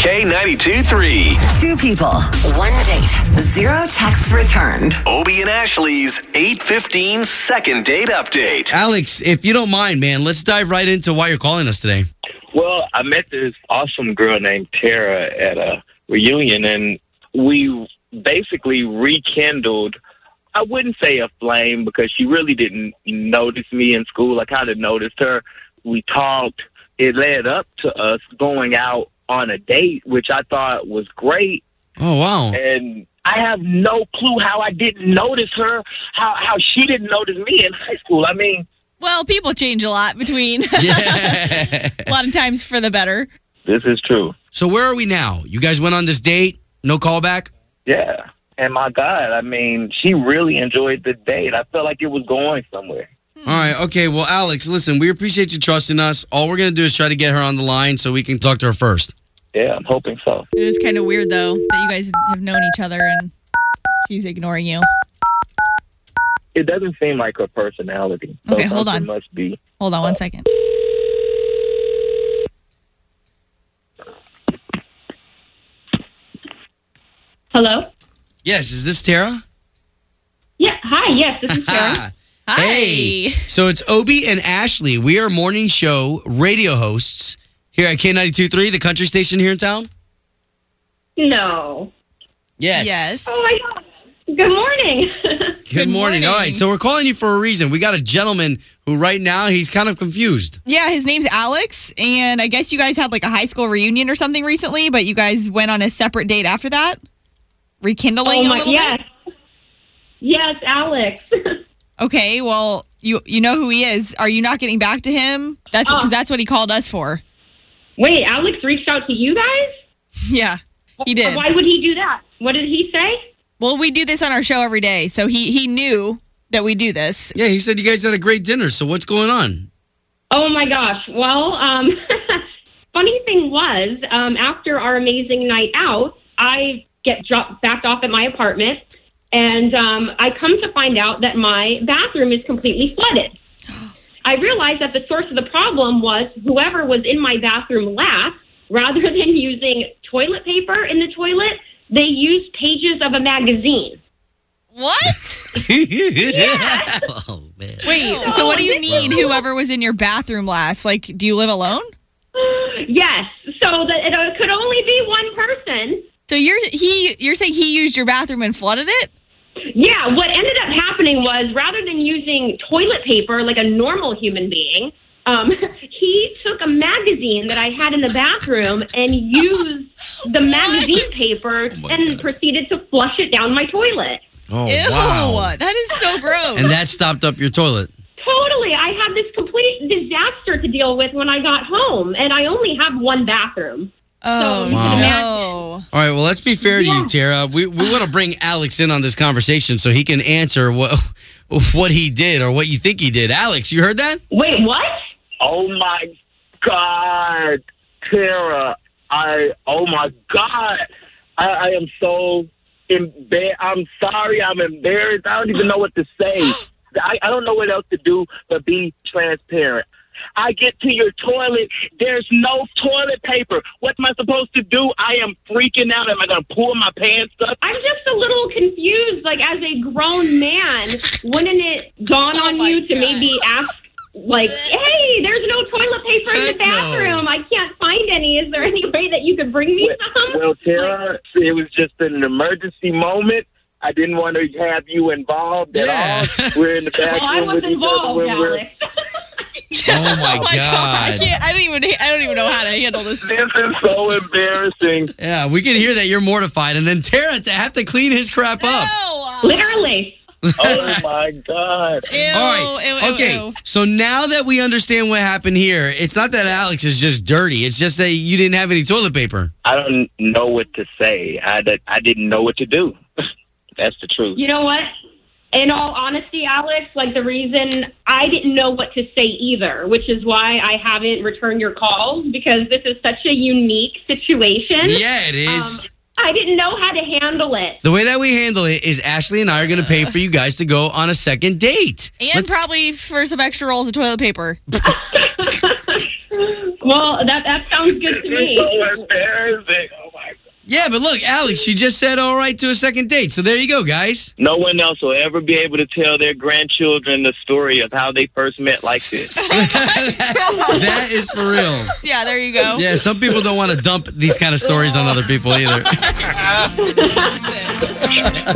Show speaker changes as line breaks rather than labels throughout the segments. K92 3.
Two people, one date, zero texts returned.
Obie and Ashley's 815 second date update.
Alex, if you don't mind, man, let's dive right into why you're calling us today.
Well, I met this awesome girl named Tara at a reunion, and we basically rekindled. I wouldn't say a flame because she really didn't notice me in school. I kind of noticed her. We talked. It led up to us going out on a date, which I thought was great.
Oh, wow.
And I have no clue how I didn't notice her, how how she didn't notice me in high school. I mean,
Well, people change a lot between
Yeah.
a lot of times for the better.
this is true.
so where are we now? You guys went on this date, no callback?
Yeah. And my God, I mean, she really enjoyed the date. I felt like it was going somewhere.
Hmm.
All right, okay. Well, Alex, listen, we appreciate you trusting us. All we're going to do is try to get her on the line so we can talk to her first.
Yeah, I'm hoping so.
It is kind of weird though that you guys have known each other and she's ignoring you.
It doesn't seem like her personality. So
Okay, hold
something
on.
Must be.
Hold on one second.
Hello?
Yes, is this Tara? Ah.
Yeah. Hi. Yes, this is Sarah.
Hi.
Hey. So it's Obi and Ashley. We are morning show radio hosts here at K92.3, the country station here in town.
no.
Yes.
Yes.
Oh my God. Good morning.
Good,
Good
morning.
morning.
All right, so we're calling you for a reason. We got a gentleman who right now he's kind of confused.
Yeah, his name's Alex, and I guess you guys had like a high school reunion or something recently, but you guys went on a separate date after that, rekindling
oh
a
my.
little
Yes.
bit.
Yes, Alex.
Okay, well, you you know who he is. Are you not getting back to him? That's because
Oh.
that's what he called us for.
Wait, Alex reached out to you guys.
Yeah, he did.
Why would he do that? What did he say?
Well, we do this on our show every day, so he he knew that we do this.
Yeah, he said you guys had a great dinner. So what's going on?
Oh my gosh. Well, um, funny thing was, um, after our amazing night out, I get dropped backed off at my apartment, and um, I come to find out that my bathroom is completely flooded. I realized that the source of the problem was whoever was in my bathroom last, rather than using toilet paper in the toilet, they used pages of a magazine.
What?
Oh man.
Wait. So what do you mean? Whoever was in your bathroom last? Like, do you live alone?
Yes, so that it uh, could only be one person.
So you're he you're saying he used your bathroom and flooded it?
Yeah, what ended up happening was rather than using toilet paper like a normal human being, um, he took a magazine that I had in the bathroom and used the magazine paper
Oh my
and
God.
proceeded to flush it down my toilet.
Oh
Ew.
wow.
That is so gross.
And that stopped up your toilet.
Totally. I had this complete disaster to deal with when I got home, and I only have one bathroom.
oh
so
Wow.
no.
All right. Well, let's be fair to you, Tara. We we want to bring Alex in on this conversation so he can answer what what he did or what you think he did. Alex, you heard that?
Wait, what?
Oh my God, Tara! I oh my God, I, I am so embarrassed. I'm sorry. I'm embarrassed. I don't even know what to say. I, I don't know what else to do but be transparent. I get to your toilet. There's no toilet paper. What am I supposed to do? I am freaking out. Am I gonna pull my pants up?
I'm just a little confused. Like, as a grown man, wouldn't it dawn
Oh
on
my
you to
God.
maybe ask, like, eh. hey, there's no toilet paper in the
Heck no.
bathroom. I can't find any. Is there any way that you could bring me some?
Well, Tara, it was just an emergency moment. I didn't want to have you involved at
Yeah.
all. We're in the
Well, I
bathroom
was
with each other
involved,
when we're.
Alex.
Oh my
I
god.
can't. I don't even. I don't even know how to handle this.
This is so embarrassing.
Yeah, we can hear that you're mortified, and then Tara to have to clean his crap up.
No.
Literally.
Oh my god.
Ew,
All right.
ew, ew,
okay.
ew.
So now that we understand what happened here, it's not that Alex is just dirty. It's just that you didn't have any toilet paper.
I don't know what to say. I, d- I didn't know what to do. That's the truth.
You know what? In all honesty, Alex, like the reason I didn't know what to say either, which is why I haven't returned your calls because this is such a unique situation.
Yeah, it is.
Um, I didn't know how to handle it.
the way that we handle it is Ashley and I are going to pay for you guys to go on a second date.
And
Let's-
probably for some extra rolls of toilet paper.
Well, that that sounds good to
It's
me.
so embarrassing. Oh my god.
Yeah, but look, Alex, she just said all right to a second date. So there you go, guys.
No one else will ever be able to tell their grandchildren the story of how they first met like this.
that is for real.
Yeah, there you go.
Yeah, some people don't want to dump these kind of stories on other people either.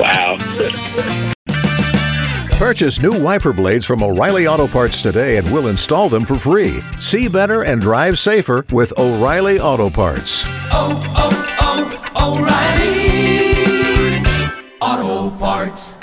wow.
Purchase new wiper blades from O'Reilly Auto Parts today and we'll install them for free. See better and drive safer with O'Reilly Auto Parts.
oh, oh, O'Reilly Auto Parts.